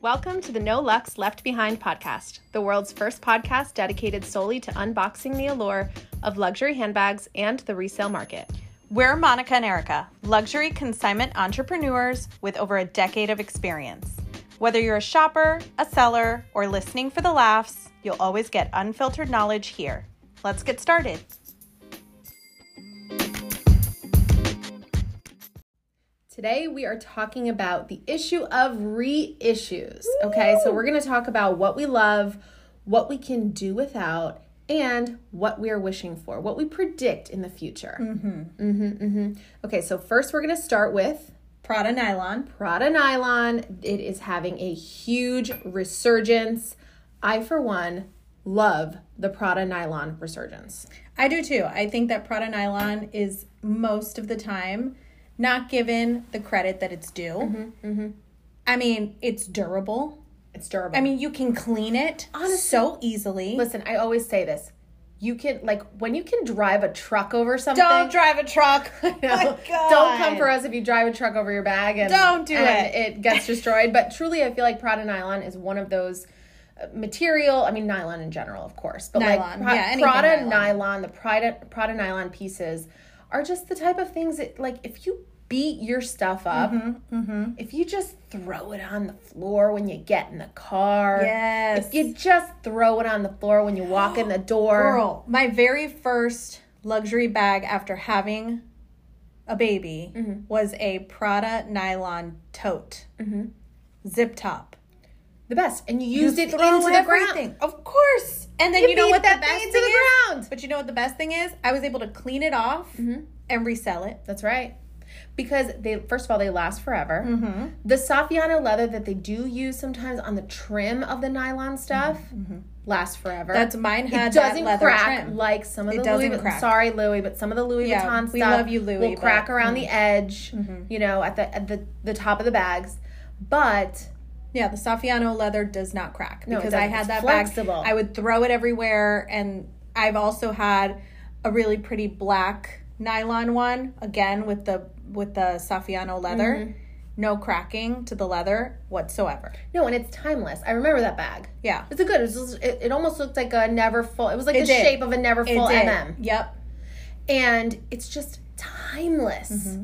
Welcome to the No Lux Left Behind podcast, the world's first podcast dedicated solely to unboxing the allure of luxury handbags and the resale market. We're Monica and Erica, luxury consignment entrepreneurs with over a decade of experience. Whether you're a shopper, a seller, or listening for the laughs, you'll always get unfiltered knowledge here. Let's get started. Today, we are talking about the issue of reissues. Okay, so we're going to talk about what we love, what we can do without, and what we are wishing for, what we predict in the future. Mm-hmm. Mm-hmm, mm-hmm. Okay, so first, we're going to start with Prada nylon. Prada nylon. It is having a huge resurgence. I, for one, love the Prada nylon resurgence. I do too. I think that Prada nylon is most of the time not given the credit that it's due. mm-hmm. I mean, it's durable. It's durable. I mean, you can clean it so easily. Listen, I always say this. You can like when you can drive a truck over something. Don't drive a truck. you know, Don't come for us if you drive a truck over your bag and Don't do and it. It gets destroyed. but truly, I feel like Prada nylon is one of those uh, material. I mean, nylon in general, of course, but like Nylon. Yeah, anything Prada nylon. nylon, the Prada Prada nylon pieces are just the type of things that like if you beat your stuff up, Mm-hmm, if you just throw it on the floor when you get in the car, Yes. if you just throw it on the floor when you walk in the door, Girl, my very first luxury bag after having a baby Mm-hmm. was a Prada nylon tote, zip top. the best. And Mm-hmm. you used it Throw into the ground. everything. Of course. And then you, know beat what that the best thing thing, into the is? ground. But you know what the best thing is? I was able to clean it off Mm-hmm. and resell it. That's right. Because they first of all they last forever. Mm-hmm. The Saffiano leather that they do use sometimes on the trim of the nylon stuff lasts forever. Mm-hmm. That's mine had it that doesn't leather crack trim. like some of It the Louis. doesn't Vu- crack. Sorry, Louis, but some of the Louis Yeah, Vuitton we stuff love you, Louis, will crack but- mm-hmm. around the edge. You know, at the at the the top of the bags, but Yeah, the Saffiano leather does not crack it because doesn't. I It's had that flexible. bag. I would throw it everywhere, and I've also had a really pretty black nylon one again with the with the Saffiano leather. Mm-hmm. No cracking to the leather whatsoever. no, and it's timeless. I remember that bag. Yeah, It's a good. It, was just, it, it almost looked like a never full. It was like the did. shape of a never full did. mm. Yep. and it's just timeless. Mm-hmm.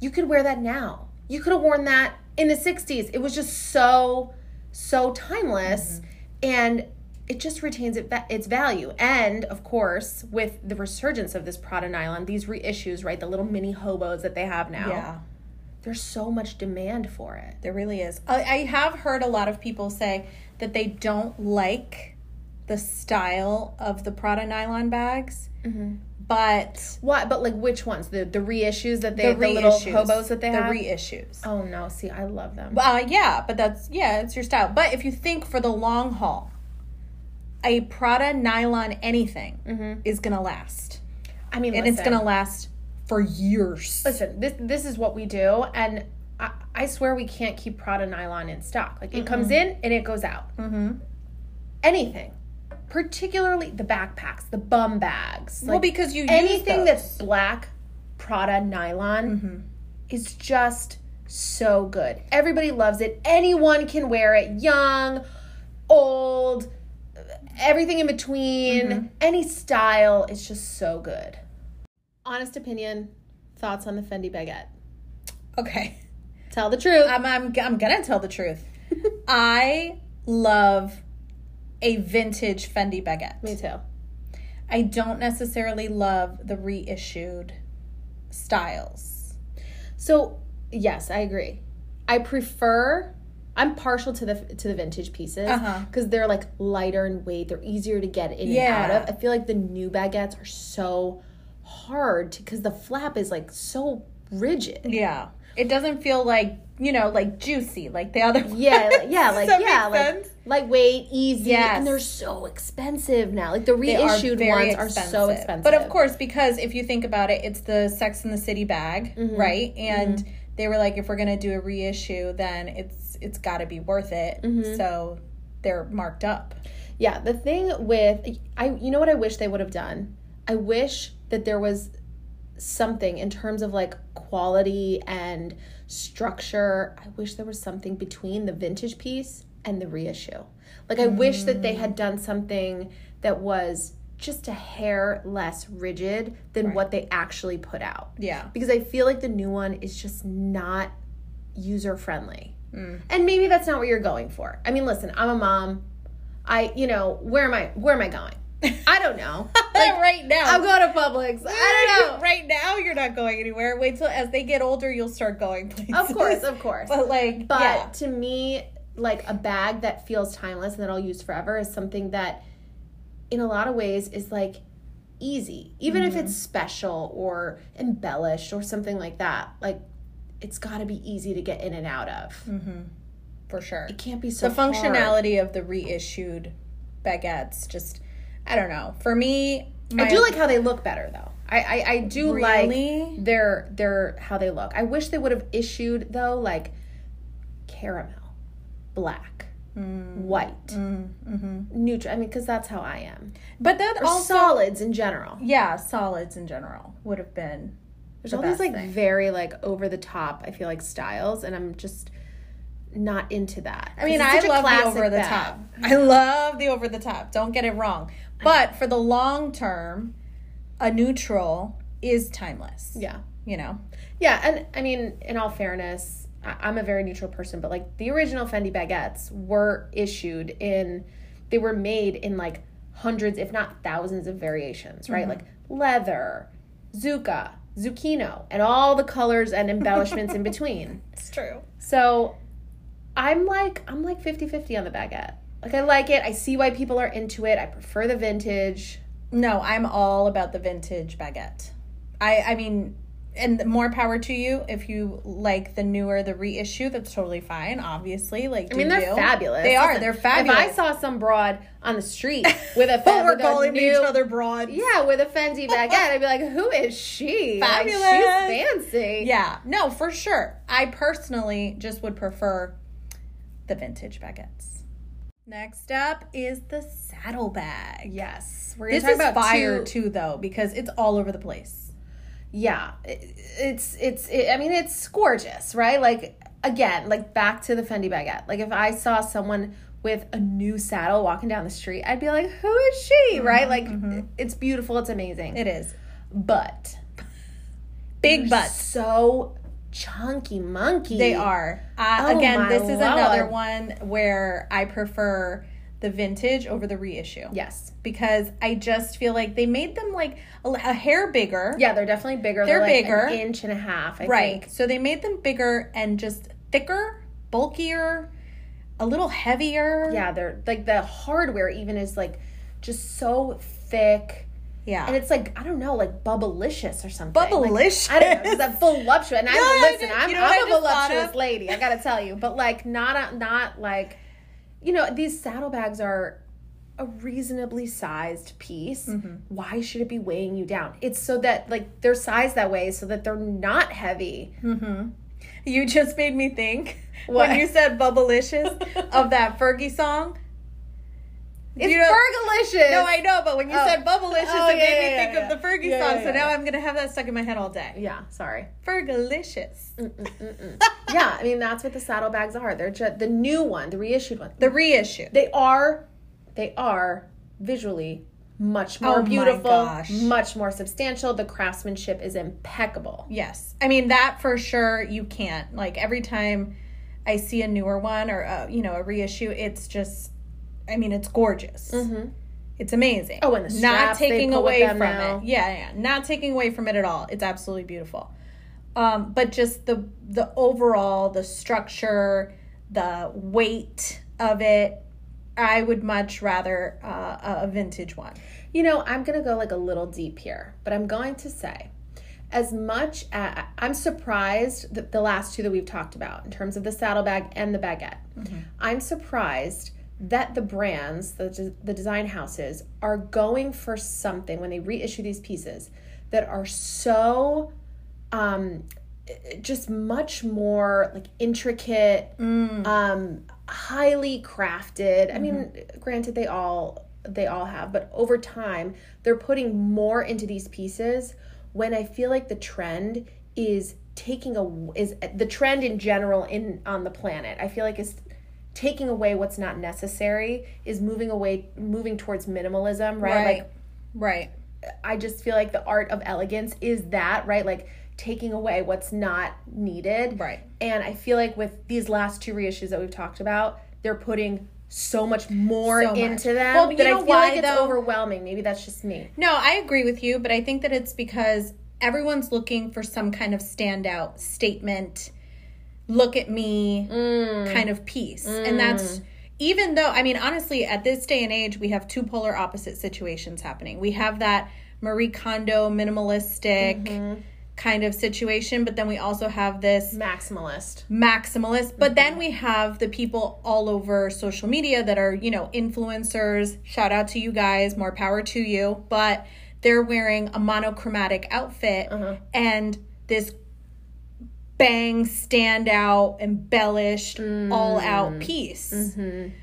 You could wear that now. You could have worn that in the 60s. It was just so so Mm-hmm. timeless and it just retains it, va- its value. And of course, with the resurgence of this Prada nylon, these reissues, right, the little mini hobos that they have now, Yeah. there's so much demand for it. There really is. I, I have heard a lot of people say that they don't like the style of the Prada nylon bags, Mm-hmm. but Why? But like, which ones? The the reissues that they the, the, little reissues- hobos that they the have. reissues. oh no! See, I love them. Uh, yeah, but that's yeah, it's your style. But if you think for the long haul, a Prada nylon anything is gonna last, I mean, and it's Mm-hmm. listen. gonna last for years. listen this this is what we do and i, I swear we can't keep prada nylon in stock like it comes in and it goes out anything particularly the backpacks the bum bags well, like because you anything use that's black prada nylon is just so good everybody loves it anyone can wear it young old everything in between any style is just so good honest opinion thoughts on the fendi baguette that okay. tell the truth I'm I'm I'm gonna tell the truth. I love a vintage Fendi baguette. me too I don't necessarily love the reissued styles. so yes i agree i prefer i'm partial to the to the vintage pieces Uh-huh. because they're like lighter in weight they're easier to get in Yeah. and out of i feel like the new baguettes are so hard because the flap is like so rigid Yeah, it doesn't feel like you know like juicy like the other. yeah like- ones. yeah like Does that yeah make like sense? lightweight easy Yes. and they're so expensive now like the They are reissued very ones are so expensive But of course, because if you think about it, it's the Sex in the City bag, Mm-hmm. right? And they were like, if we're gonna do a reissue, then it's it's got to be worth it. Mm-hmm. So they're marked up. Yeah, the thing with I you know what I wish they would have done? I wish that there was something in terms of like quality and structure. I wish there was something between the vintage piece and the reissue. Like I wish that they had done something that was just a hair less rigid than what they actually put out. Yeah. Because I feel like the new one is just not user friendly. And maybe that's not what you're going for. I mean, listen, I'm a mom. I, you know, where am I where am I going? I don't know. Like, right now. I'm going to Publix. I don't know. Right now, you're not going anywhere. Wait till as they get older, you'll start going places. Of course, of course. But like, But yeah. to me, like a bag that feels timeless and that I'll use forever is something that, in a lot of ways, is like easy. Even if it's special or embellished or something like that, like it's got to be easy to get in and out of. for sure. It can't be so The functionality of the reissued baguettes, just I don't know. For me, hard. my I do like how they look better though. I I, I do Really? like their their how they look. I wish they would have issued though like caramel, black, Hmm. white, Mm-hmm. neutral. I mean, because that's how I am. but then also solids in general. yeah, solids in general would have been There's all best these like very like over the top. I feel like styles, and I'm just not into that. I mean, I love the over the top. I love the over the top. Don't get it wrong. But for the long term, a neutral is timeless. Yeah, You know? yeah, and I mean, in all fairness, I- I'm a very neutral person, but like the original Fendi baguettes were issued in, they were made in like hundreds, if not thousands, of variations, Mm-hmm. right? Like leather, zucca, zucchino, and all the colors and embellishments in between. It's true. So I'm like I'm like 50-50 on the baguette. Like I like it. I see why people are into it. I prefer the vintage. No, I'm all about the vintage baguette. I I mean, and more power to you if you like the newer the reissue. That's totally fine. Obviously, like I mean, they're fabulous. They are. Listen, They're fabulous. If I saw some broad on the street with a, fe- we're with a calling each new, other broad. yeah, with a Fendi baguette, I'd be like, who is she? Like, Fabulous. she's fancy. Yeah, no, for sure. I personally just would prefer the vintage baguettes. Next up is the saddlebag. Yes. We're This gonna is talk about fire two- too, though, because it's all over the place. yeah it- it's it's it, i mean it's gorgeous right like again like back to the fendi baguette like if i saw someone with a new saddle walking down the street i'd be like who is she right like it's beautiful it's amazing It is but big butts. so chunky monkey They are. Uh, Oh, again, my this is another lord. one where I prefer the vintage over the reissue. yes Because I just feel like they made them like a, a hair bigger. yeah they're definitely bigger They're like bigger. an inch and a half I Right. think. So they made them bigger and just thicker, bulkier, a little heavier. yeah they're like the hardware even is like just so thick Yeah. and it's like I don't know, like bubblicious or something. Bubblicious. Like, I don't know, it's a voluptuous. And I I listen, didn't- I'm, you know I'm what a I just thought voluptuous of? lady. I gotta tell you, but like not a, not like, you know, these saddlebags are a reasonably sized piece. Mm-hmm. Why should it be weighing you down? It's so that like they're sized that way so that they're not heavy. Hmm. you just made me think What? when you said bubblicious of that Fergie song. It's You know- fergalicious. No, I know, but when you Oh. said bubblicious, Oh, it yeah, made me yeah, yeah, think yeah. of the Fergie Yeah, song. yeah, so now yeah. I'm gonna have that stuck in my head all day. yeah, Mm-hmm. sorry. Fergalicious. yeah, I mean that's what the saddlebags are. They're just the new one, the reissued one. The reissue. they are they are visually much more Oh my beautiful gosh. much more substantial the craftsmanship is impeccable Yes. I mean, that for sure you can't. Like, every time I see a newer one or, uh, you know, a reissue, it's just, I mean, it's gorgeous. It's amazing. Mm-hmm. Oh, and the Not straps they taking pull with away them from now. it. Yeah, yeah. Not taking away from it at all. It's absolutely beautiful. Um, but just the the overall, the structure, the weight of it, I would much rather uh, a vintage one. you know i'm gonna go like a little deep here but i'm going to say as much a i'm surprised that the last two that we've talked about in terms of the saddlebag and the baguette i'm surprised that the brands the, des- the design houses are going for something when they reissue these pieces that are so um just much more like intricate um highly crafted i mean granted they all they all have but over time they're putting more into these pieces when I feel like the trend is taking a is the trend in general in on the planet. I feel like is taking away what's not necessary is moving away moving towards minimalism, right? Right. Like Right. I just feel like the art of elegance is that, right? Like taking away what's not needed. Right. And I feel like with these last two reissues that we've talked about, they're putting so much more So much. into them Well, you that I know feel why, like it's though? overwhelming. Maybe that's just me. No, I agree with you, but I think that it's because everyone's looking for some kind of standout statement, look at me kind of piece. And that's even though, I mean, honestly, at this day and age, we have two polar opposite situations happening. We have that Marie Kondo minimalistic kind of situation, but then we also have this Maximalist. maximalist. Mm-hmm. But then we have the people all over social media that are, you know, influencers. Shout out to you guys, more power to you. But they're wearing a monochromatic outfit Uh-huh. and this bang standout embellished Mm. all out piece.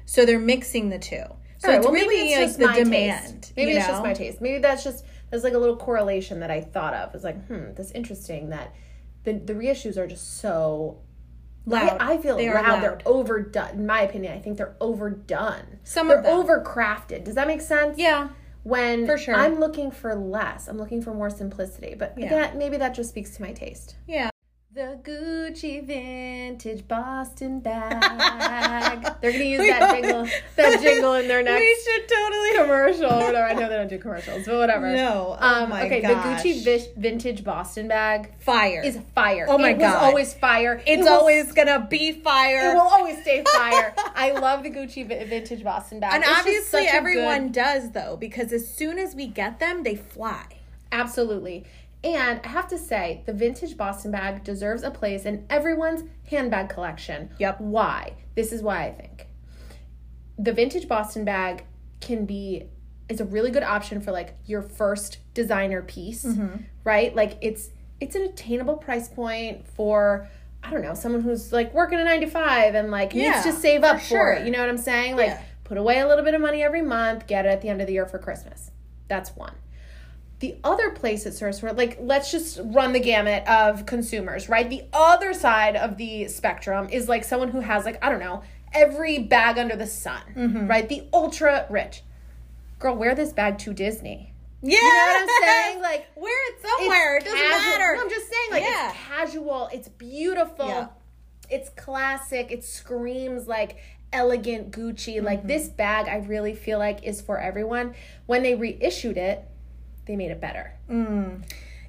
So they're mixing the two. Mm-hmm. So All right, it's well, maybe really it's like just the my taste. demand. Maybe you it's just know? my taste. Maybe that's just there's like a little correlation that I thought of. It's like, hmm, that's interesting that the the reissues are just so loud. I, I feel They are loud. They're overdone. In my opinion, I think they're overdone. Some they're of them. overcrafted. Does that make sense? yeah. When For sure. I'm looking for less. I'm looking for more simplicity. But that maybe that just speaks to my taste. Yeah. The Gucci vintage Boston bag. They're gonna use that jingle, that jingle in their next we should totally commercial or whatever. I know they don't do commercials, but whatever. No. Oh Um, my okay, gosh. the Gucci vi- vintage Boston bag fire. is fire. Oh my it God. was always fire. It It's will always gonna be fire. it will always stay fire. I love the Gucci vi- vintage Boston bag. and It's just obviously such a everyone good- does though, because as soon as we get them, they fly. absolutely. And I have to say, the vintage Boston bag deserves a place in everyone's handbag collection. Yep. Why? This is why I think the vintage Boston bag can be is a really good option for like your first designer piece, Mm-hmm. right? Like it's it's an attainable price point for I don't know someone who's like working a nine to five and like Yeah, needs to save up for, sure. it. You know what I'm saying? Like Yeah. put away a little bit of money every month, get it at the end of the year for Christmas. That's one. The other place it serves for, like, let's just run the gamut of consumers, right? The other side of the spectrum is like someone who has, like, I don't know, every bag under the sun, Mm-hmm. right? The ultra rich. Girl, wear this bag to Disney. Yeah. You know what I'm saying? Like, Wear it it's somewhere. It doesn't casual- matter. No, I'm just saying, like, Yeah. it's casual, it's beautiful, Yeah. it's classic, it screams like elegant Gucci. Mm-hmm. Like, this bag, I really feel like, is for everyone. When they reissued it, they made it better.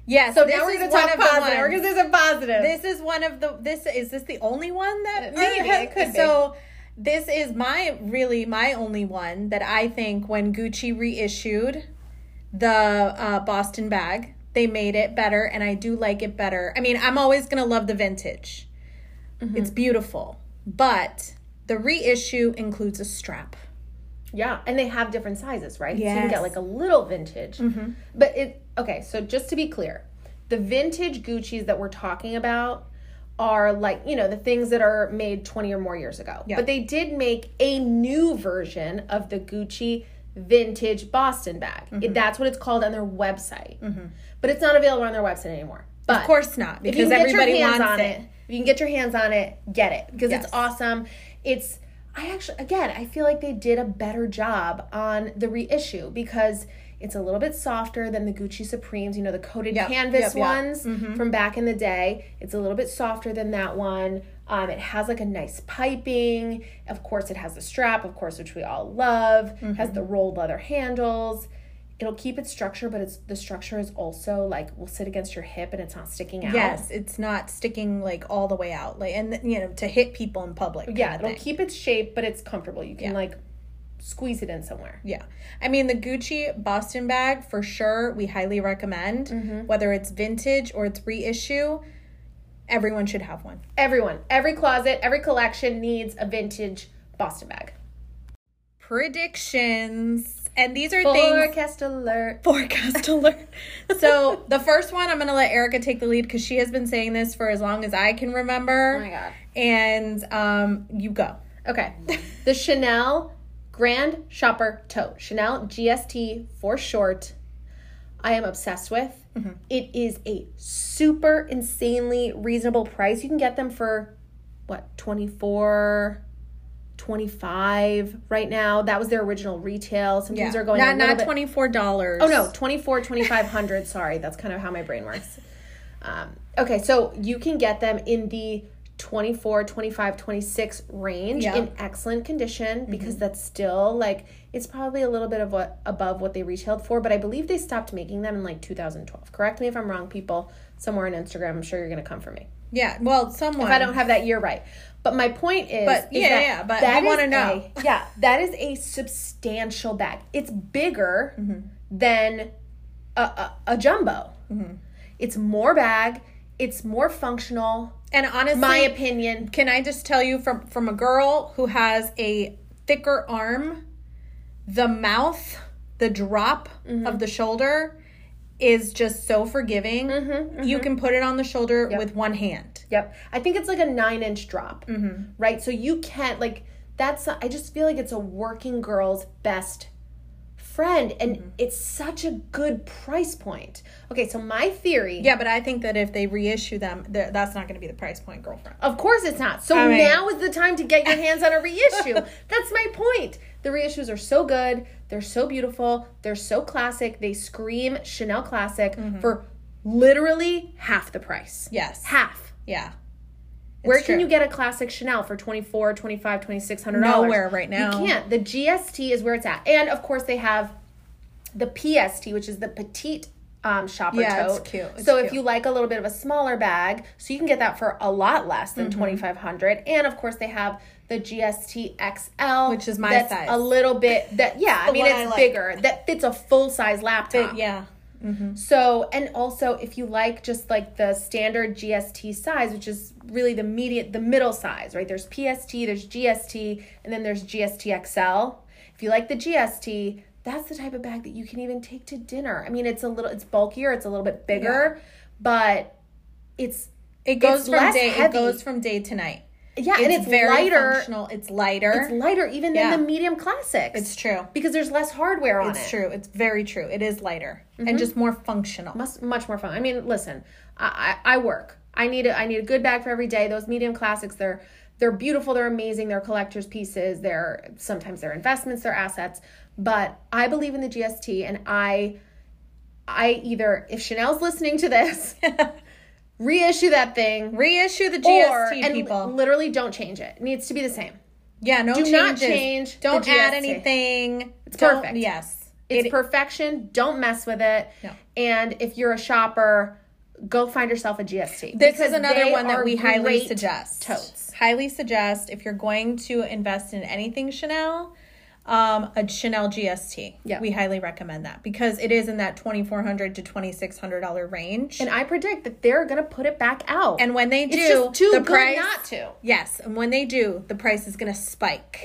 yeah. So this now we're is going to one talk of the positive. ones- We're going to do some positive. This is one of the. This is this the only one that Maybe, or- it could be. so. This is my really my only one that I think when Gucci reissued the uh, Boston bag, they made it better, and I do like it better. I mean, I'm always gonna love the vintage. Mm-hmm. It's beautiful, but the reissue includes a strap. yeah, and they have different sizes, right? So you can Yes. get like a little vintage. But it, okay, so just to be clear, the vintage Gucci's that we're talking about are like, you know, the things that are made 20 or more years ago. But they did make a new version of the Gucci vintage Boston bag. It- that's what it's called on their website. But it's not available on their website anymore. But Of course not, if you can because get your everybody hands wants on it. it. if you can get your hands on it, get it because Yes. it's awesome. It's I actually again I feel like they did a better job on the reissue because it's a little bit softer than the Gucci Supremes, you know, the coated Yep, yep, canvas yep. Mm-hmm. ones from back in the day. It's a little bit softer than that one. Um, it has like a nice piping. Of course, it has the strap, of course, which we all love. It has Mm-hmm. the rolled leather handles. It'll keep its structure, but it's the structure is also like will sit against your hip and it's not sticking out. Yes, it's not sticking like all the way out, like and you know to hit people in public. kind Yeah, of it'll thing. keep its shape, but it's comfortable. You can like squeeze it in somewhere. Yeah. I mean, the Gucci Boston bag, for sure, we highly recommend. Mm-hmm. Whether it's vintage or it's reissue, everyone should have one. Everyone, every closet, every collection needs a vintage Boston bag. Predictions. And these are things. Forecast alert. Forecast alert. so, the first one, I'm going to let Erica take the lead because she has been saying this for as long as I can remember. Oh my God. And um, you go. Okay. the Chanel Grand Shopper Tote. Chanel GST for short. I am obsessed with. Mm-hmm. It is a super insanely reasonable price. You can get them for what, 24 25 right now. That was their original retail. Some things are going a not little not bit- twenty four dollars. Oh no, 24 2500. sorry, that's kind of how my brain works. Um, okay, so you can get them in the 24, 25, 26 range Yeah. in excellent condition because that's still like it's probably a little bit of what above what they retailed for, but I believe they stopped making them in like 2012. Correct me if I'm wrong, people. Somewhere on Instagram, I'm sure you're going to come for me. Yeah, well, someone. If I don't have that year right. But my point is, But, is yeah, that yeah, but that I wanna is know. a- yeah, that is a substantial bag. It's bigger Mm-hmm. than a, a, a jumbo. Mm-hmm. It's more bag. It's more functional. and honestly, My opinion. can I just tell you from from a girl who has a thicker arm, the mouth, the drop Mm-hmm. of the shoulder is just so forgiving. Mm-hmm, You can put it on the shoulder with one hand. Yep. I think it's like a nine inch drop, Mm-hmm. right? So you can't like that's. I just feel like it's a working girl's best friend, and Mm-hmm. it's such a good price point. Okay, so my theory. Yeah, but I think that if they reissue them, th- that's not going to be the price point, girlfriend. Of course it's not. So right. now is the time to get your hands on a reissue. That's my point. The reissues are so good. They're so beautiful. They're so classic. They scream Chanel classic for literally half the price. Yes. Half. Yeah. Where can true. you get a classic Chanel for 24, 25, 2600 Nowhere right now. You can't. The GST is where it's at. And of course they have the PST, which is the petite um, shopper Yeah, it's tote. cute. It's so if cute. you like a little bit of a smaller bag, so you can get that for a lot less than Mm-hmm. 2500 And of course they have the GST XL, Which is my that's size. a little bit that yeah, I mean one it's I like. bigger. That fits a full size laptop. Yeah. So, and also if you like just like the standard GST size, which is really the median, the middle size, right? There's PST, there's GST, and then there's GST XL. If you like the GST, that's the type of bag that you can even take to dinner. I mean, it's a little, it's bulkier, it's a little bit bigger, but it's It goes from less day. It heavy. goes from day to night. yeah, and it's lighter. functional. It's lighter. It's lighter even Yeah. than the medium classics. It's true. because there's less hardware on it. Mm-hmm. It's true. It's very true. It is lighter and just more functional. much, much more fun. I mean, listen, I, I I work. I need a I need a good bag for every day. Those medium classics, they're they're beautiful. They're amazing. They're collectors' pieces. They're sometimes they're investments. They're assets. But I believe in the GST, and I I either if Chanel's listening to this, reissue that thing. Reissue the Or, GST and people. literally don't change it. It needs to be the same. yeah, no do changes. not change the Don't add GST. anything. It's perfect. Yes. It's perfection. Don't mess with it. No. And if you're a shopper, go find yourself a GST. This Because is another they one that are we highly great suggest. totes. Highly suggest if you're going to invest in anything Chanel, um, a Chanel GST. Yeah. We highly recommend that because it is in that twenty four hundred to twenty six hundred dollar range. And I predict that they're going to put it back out. And when they do, just too the good price not to. Yes, and when they do, the price is going to spike.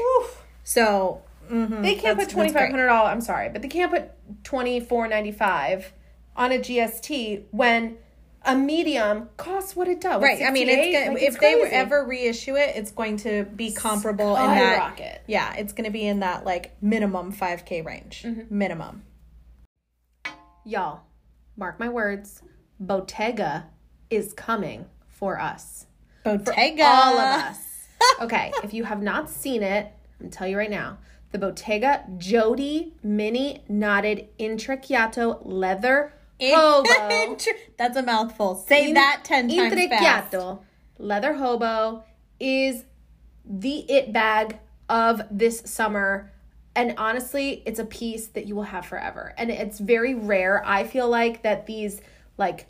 So mhm, they can't put that's- twenty that's great. five hundred dollars. I'm sorry, but they can't put twenty four ninety five on a GST when a medium costs what it does. Right. I mean, it's $68? gonna, Like, if they were crazy. oh, ever reissue it, it's going to be comparable in that. Skyrocket. Yeah, it's going to be in that like minimum five k range. Mm-hmm. Minimum. y'all, mark my words, Bottega is coming for us. Bottega. all of us. Okay, if you have not seen it, I'm tell you right now. The Bottega Jody mini knotted intricchiato leather hobo. That's a mouthful. Say that ten times fast. Intricchiato leather hobo is the it bag of this summer. And honestly, it's a piece that you will have forever. And it's very rare. I feel like that these like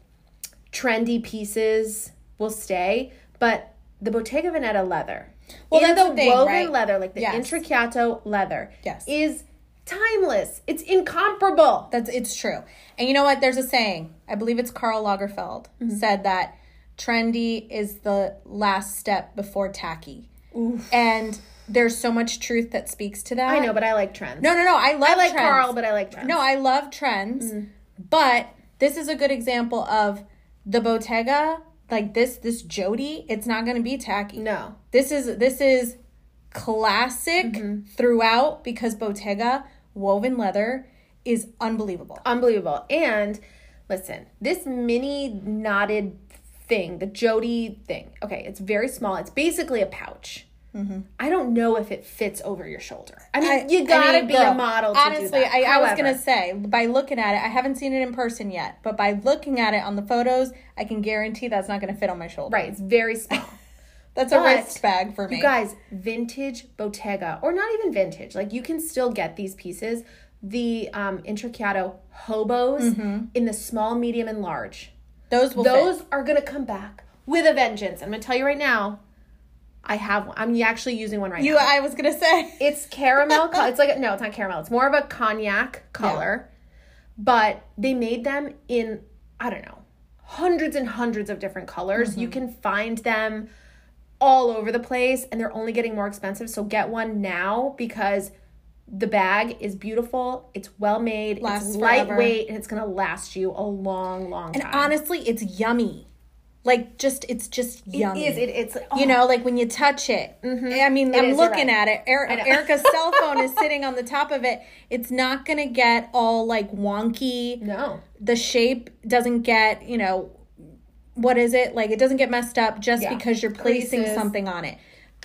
trendy pieces will stay, but the Bottega Veneta leather, well, that's the thing, woven right? leather, like the Yes. intricciato leather, Yes. is timeless. It's incomparable. That's it's true. And you know what? There's a saying. I believe it's Karl Lagerfeld Mm-hmm. said that trendy is the last step before tacky. And there's so much truth that speaks to that. I know, but I like trends. No, no, no. I love I like trends. Carl, but I like trends. No, I love trends, Mm. but this is a good example of the Bottega. Like this, this Jody, it's not going to be tacky. No. this is this is Mm-hmm. classic throughout because Bottega woven leather is unbelievable. Uh, unbelievable. And listen, this mini knotted thing, the Jody thing. Okay, it's very small. It's basically a pouch. I don't know if it fits over your shoulder. I mean, you gotta Mm-hmm. mean, be a look, model. To Honestly, do that. I, I was However, gonna say by looking at it, I haven't seen it in person yet, but by looking at it on the photos, I can guarantee that's not gonna fit on my shoulder. right. It's very small. That's a But wrist bag for me. You guys, vintage Bottega, or not even vintage, like you can still get these pieces. The um, Intricato hobos Mm-hmm. in the small, medium, and large. those will fit. Those are gonna come back with a vengeance. I'm gonna tell you right now. I have one. I'm actually using one right You, now. I was gonna say. It's caramel. co- it's like no, it's not caramel. It's more of a cognac color. But they made them in I don't know hundreds and hundreds of different colors. You Mm-hmm. can find them all over the place, and they're only getting more expensive. So get one now because the bag is beautiful. It's well made. Lasts it's forever. lightweight, and it's gonna last you a long, long time. Honestly, it's yummy. Like just, it's just yummy. it is. It, it's like, you know, like when you touch it. I mean, I'm is, you're looking right. at it. Eri- Erica's cell phone is sitting on the top of it. It's not gonna get all like wonky. no. the shape doesn't get you know what is it like it doesn't get messed up just Yeah. because you're placing Creases. something on it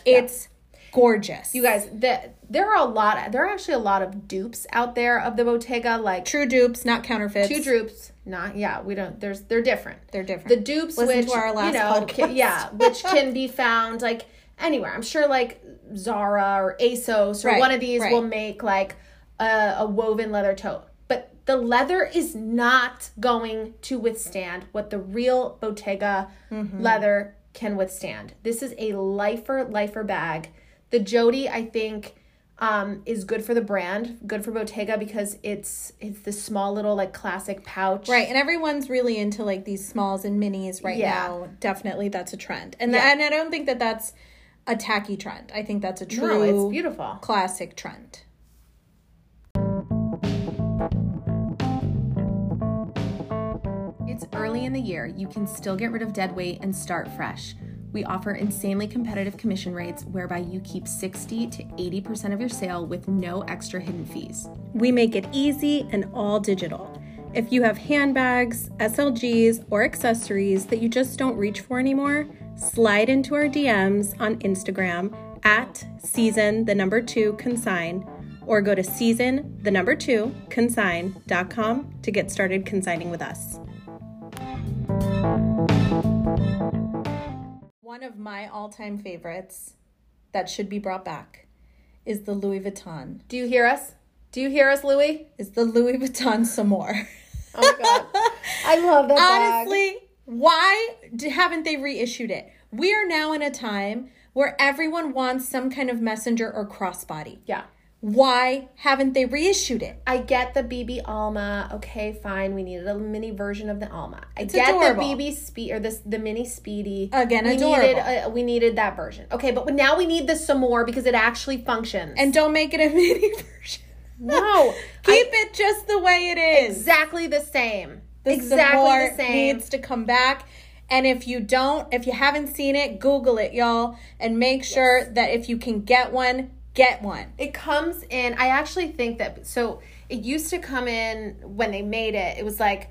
it's gorgeous You guys, the, there are a lot. There are actually a lot of dupes out there of the Bottega, like true dupes not counterfeits two dupes not yeah we don't there's they're different they're different the dupes Listen which to our last you know ca- podcast. yeah which can be found like anywhere i'm sure like zara or asos or Right, one of these right. will make like a, a woven leather tote but the leather is not going to withstand what the real bottega Mm-hmm. leather can withstand this is a lifer lifer bag the jody i think um, is good for the brand, good for Bottega because it's it's the small little like classic pouch. right and everyone's really into like these smalls and minis right Yeah. now definitely that's a trend and Yeah. and i don't think that that's a tacky trend i think that's a true No, it's beautiful. classic trend It's early in the year. You can still get rid of dead weight and start fresh. We offer insanely competitive commission rates whereby you keep 60 to 80% of your sale with no extra hidden fees. We make it easy and all digital. If you have handbags, SLGs, or accessories that you just don't reach for anymore, slide into our DMs on Instagram at season the number two consign or go to season the number two consign.com to get started consigning with us. One of my all time favorites that should be brought back is the Louis Vuitton Do you hear us? Do you hear us, Louie? is the Louis Vuitton some more. Oh my god. I love that Honestly, why d- haven't they reissued it? We are now in a time where everyone wants some kind of messenger or crossbody. Yeah. Why haven't they reissued it? I get the BB Alma. Okay, fine. We needed a mini version of the Alma. I It's get adorable. the BB Speed or this the mini Speedy. Again, we adorable. Needed a, we needed that version. Okay, but now we need this some more because it actually functions. And don't make it a mini version. no, I- Keep it just the way it is. exactly the same. The exactly the support same. needs to come back. And if you don't, if you haven't seen it, Google it, y'all, and make sure that if you can get one, get one. it comes in. I actually think that so it used to come in when they made it. It was like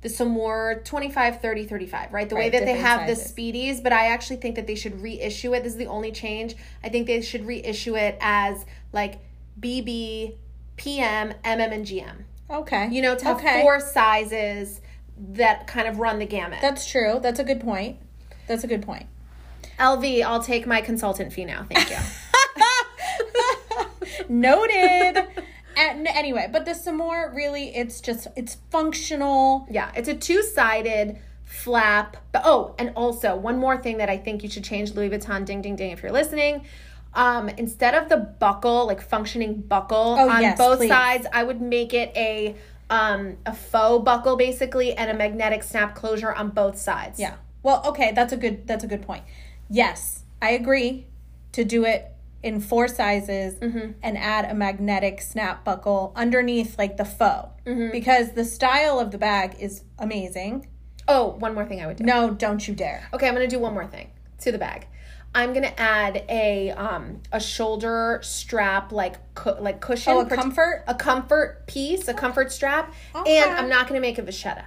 the some more 25 30 35 right the way Right, that they different have the sizes. speedies but i actually think that they should reissue it this is the only change i think they should reissue it as like bb pm mm and gm Okay. you know to have Okay. four sizes that kind of run the gamut That's true. That's a good point. That's a good point. lv i'll take my consultant fee now thank you Noted. and anyway, but the Samore really, it's just it's functional. Yeah, it's a two sided flap. But oh, and also one more thing that I think you should change Louis Vuitton ding ding ding if you're listening. Um, instead of the buckle, like functioning buckle on Oh, yes, both please. sides, I would make it a um a faux buckle basically and a magnetic snap closure on both sides. Yeah. Well, okay, that's a good that's a good point. Yes, I agree to do it in four sizes Mm-hmm. and add a magnetic snap buckle underneath like the faux Mm-hmm. because the style of the bag is amazing. Oh, one more thing I would do. No, don't you dare. Okay, I'm gonna do one more thing to the bag. I'm gonna add a um a shoulder strap like cu- like cushion Oh, a prote- comfort? a comfort piece a comfort strap Okay. and I'm not gonna make a vachetta.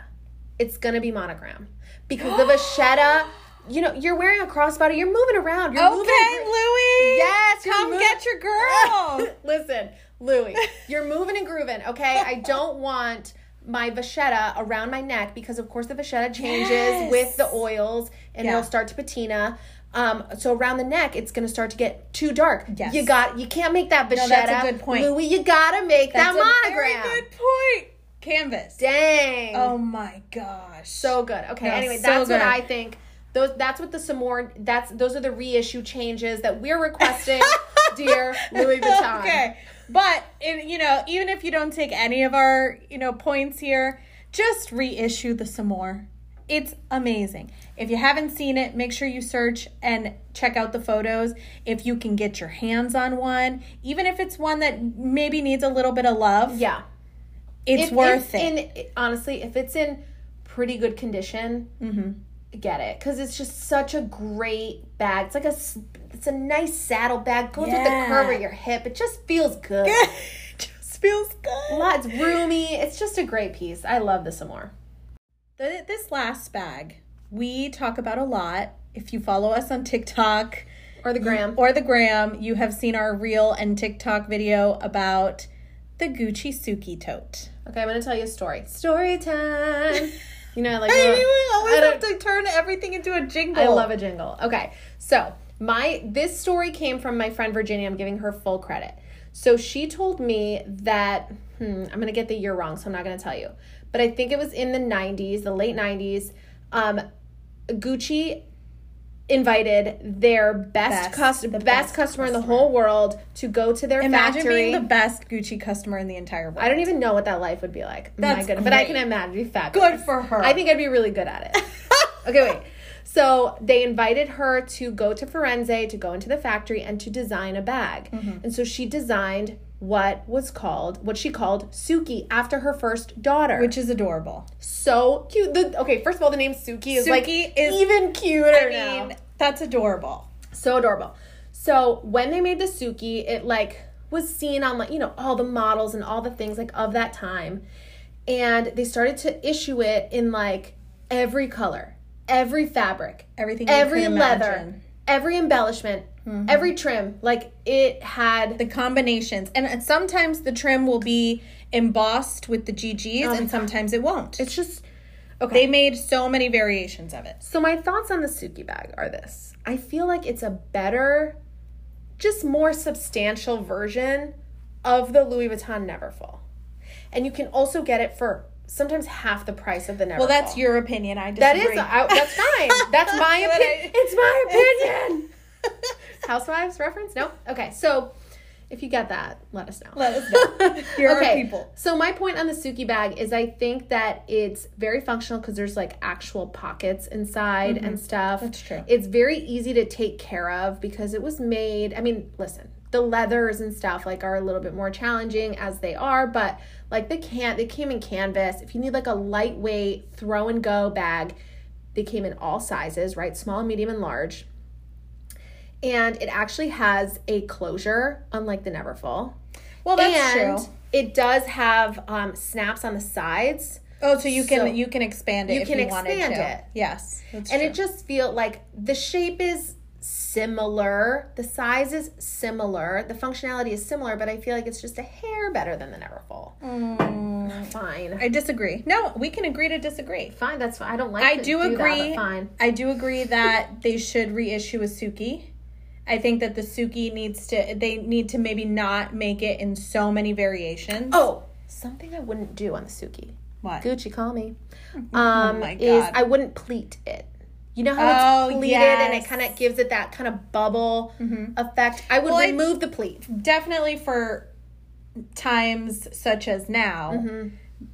It's gonna be monogram because the vachetta you know you're wearing a crossbody you're moving around you're moving Okay, and gro- Louie. Yes, you're Come moving- get your girl. Listen, Louie, you're moving and grooving, okay? I don't want my vachetta around my neck because, of course, the vachetta changes Yes. with the oils and Yeah. it'll start to patina. Um, so around the neck, it's gonna start to get too dark. Yes. You got you can't make that vachetta. that's a good point. Louis. You gotta make That's that a very monogram. good point. Canvas. Dang, Oh my gosh. so good. Okay, No, anyway, so that's good. what I think. Those that's what the Samore that's those are the reissue changes that we're requesting, dear Louis Vuitton. Okay. But in, you know, even if you don't take any of our, you know, points here, just reissue the some more. It's amazing. If you haven't seen it, make sure you search and check out the photos. If you can get your hands on one, even if it's one that maybe needs a little bit of love, Yeah. it's If worth it. In, honestly, if it's in pretty good condition, Mm-hmm. get it because it's just such a great bag. It's like a s- it's a nice saddle bag. Goes with the Yeah. curve of your hip. It just feels good. just feels good. Lots roomy. It's just a great piece. I love this some more. Th- this last bag we talk about a lot. If you follow us on TikTok, Or the gram. or the gram, you have seen our reel and TikTok video about the Gucci Suki tote. Okay, I'm gonna tell you a story. Story time. You know, like I you know- always I have don't- to turn everything into a jingle. I love a jingle. Okay. So, my this story came from my friend Virginia. I'm giving her full credit. So, she told me that hmm, I'm going to get the year wrong, so I'm not going to tell you. But I think it was in the 90s, the late 90s, um Gucci invited their best Best- cust- the best, best customer, in the whole world to go to their Imagine factory. being the best Gucci customer in the entire world. I don't even know what that life would be like. That's my goodness. But I great. can imagine it'd be fabulous. Good for her. I think I'd be really good at it. okay, wait. So they invited her to go to Firenze to go into the factory and to design a bag. Mm-hmm. And so she designed what was called what she called Suki after her first daughter, which is adorable. so cute. The, okay, first of all, the name Suki is like Suki is- even cuter. I now. mean, that's adorable. So adorable. So when they made the Suki, it like was seen on like, you know, all the models and all the things like of that time. And they started to issue it in like every color, every fabric, Everything you every could leather, imagine. every embellishment, every trim. Like it had The combinations. And uh, sometimes the trim will be embossed with the GGs and sometimes it won't. Oh it's just They made so many variations of it. So my thoughts on the Suki bag are this. I feel like it's a better, just more substantial version of the Louis Vuitton Neverfull. And you can also get it for sometimes half the price of the Neverfull. Well, that's your opinion. I that disagree. is I, that's fine. That's my But I- opinion. It's my opinion. Housewives reference? No. Okay. So if you get that, let us know. Let us know. Here are okay. people. So my point on the Suki bag is I think that it's very functional because there's like actual pockets inside and stuff. Mm-hmm. That's true. It's very easy to take care of because it was made. I mean, listen, the leathers and stuff like are a little bit more challenging as they are, but like they can they came in canvas. If you need like a lightweight throw and go bag, they came in all sizes, right? Small, medium, and large. And it actually has a closure, unlike the Neverfull well, that's and true. it does have um, snaps on the sides Oh, so you can So- you can expand it. You if can you wanted expand to. it. Yes, that's and true. it just feel like the shape is similar the size is similar the functionality is similar but i feel like it's just a hair better than the neverfull Mm. fine I disagree. No, we can agree to disagree. fine that's fine i don't like I to do that, but agree. fine I do agree that they should reissue a Suki. I think that the Suki needs to. They need to maybe not make it in so many variations. oh something i wouldn't do on the suki what? gucci call me um Oh my is God. i wouldn't pleat it you know how Oh, it's pleated and yes. Mm-hmm. it kind of gives it that kind of bubble effect i would I- remove the pleat Definitely for times such as now.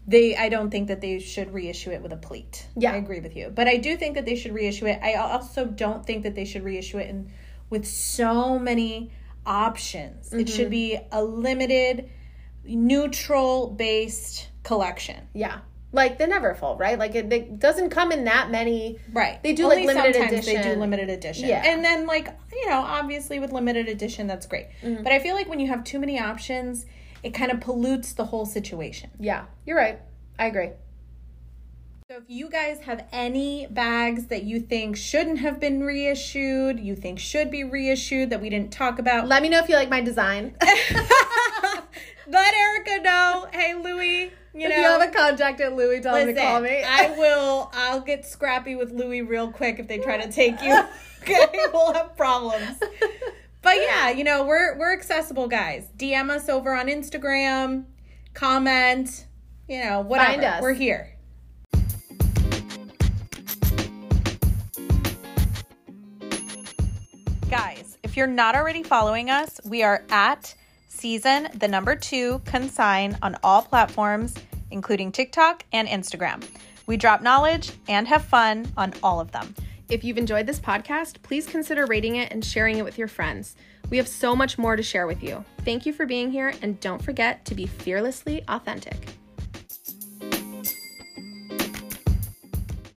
They, I don't think that they should reissue it with a pleat. Yeah. I agree with you, but I do think that they should reissue it. I al- also don't think that they should reissue it in, with so many options. It should be a limited, neutral based collection. yeah Like the Neverfull, right? Like it, it doesn't come in that many. Right. They do, like, limited sometimes They do edition. limited edition. Yeah. And then like, you know, obviously with limited edition that's great. Mm-hmm. But I feel like when you have too many options, it kind of pollutes the whole situation. Yeah, you're right. I agree. So if you guys have any bags that you think shouldn't have been reissued, you think should be reissued that we didn't talk about, Let me know if you like my design. let Erica know. Hey Louie, you know if you have a contact at Louis, tell him to Listen, call me. I will. I'll get scrappy with Louis real quick if they try to take you. Okay, we'll have problems. But yeah, you know we're we're accessible guys. DM us over on Instagram, comment, you know whatever. Find us. We're here. Guys, if you're not already following us, we are at season the number two consign on all platforms, including TikTok and Instagram. We drop knowledge and have fun on all of them. If you've enjoyed this podcast, please consider rating it and sharing it with your friends. We have so much more to share with you. Thank you for being here, and don't forget to be fearlessly authentic.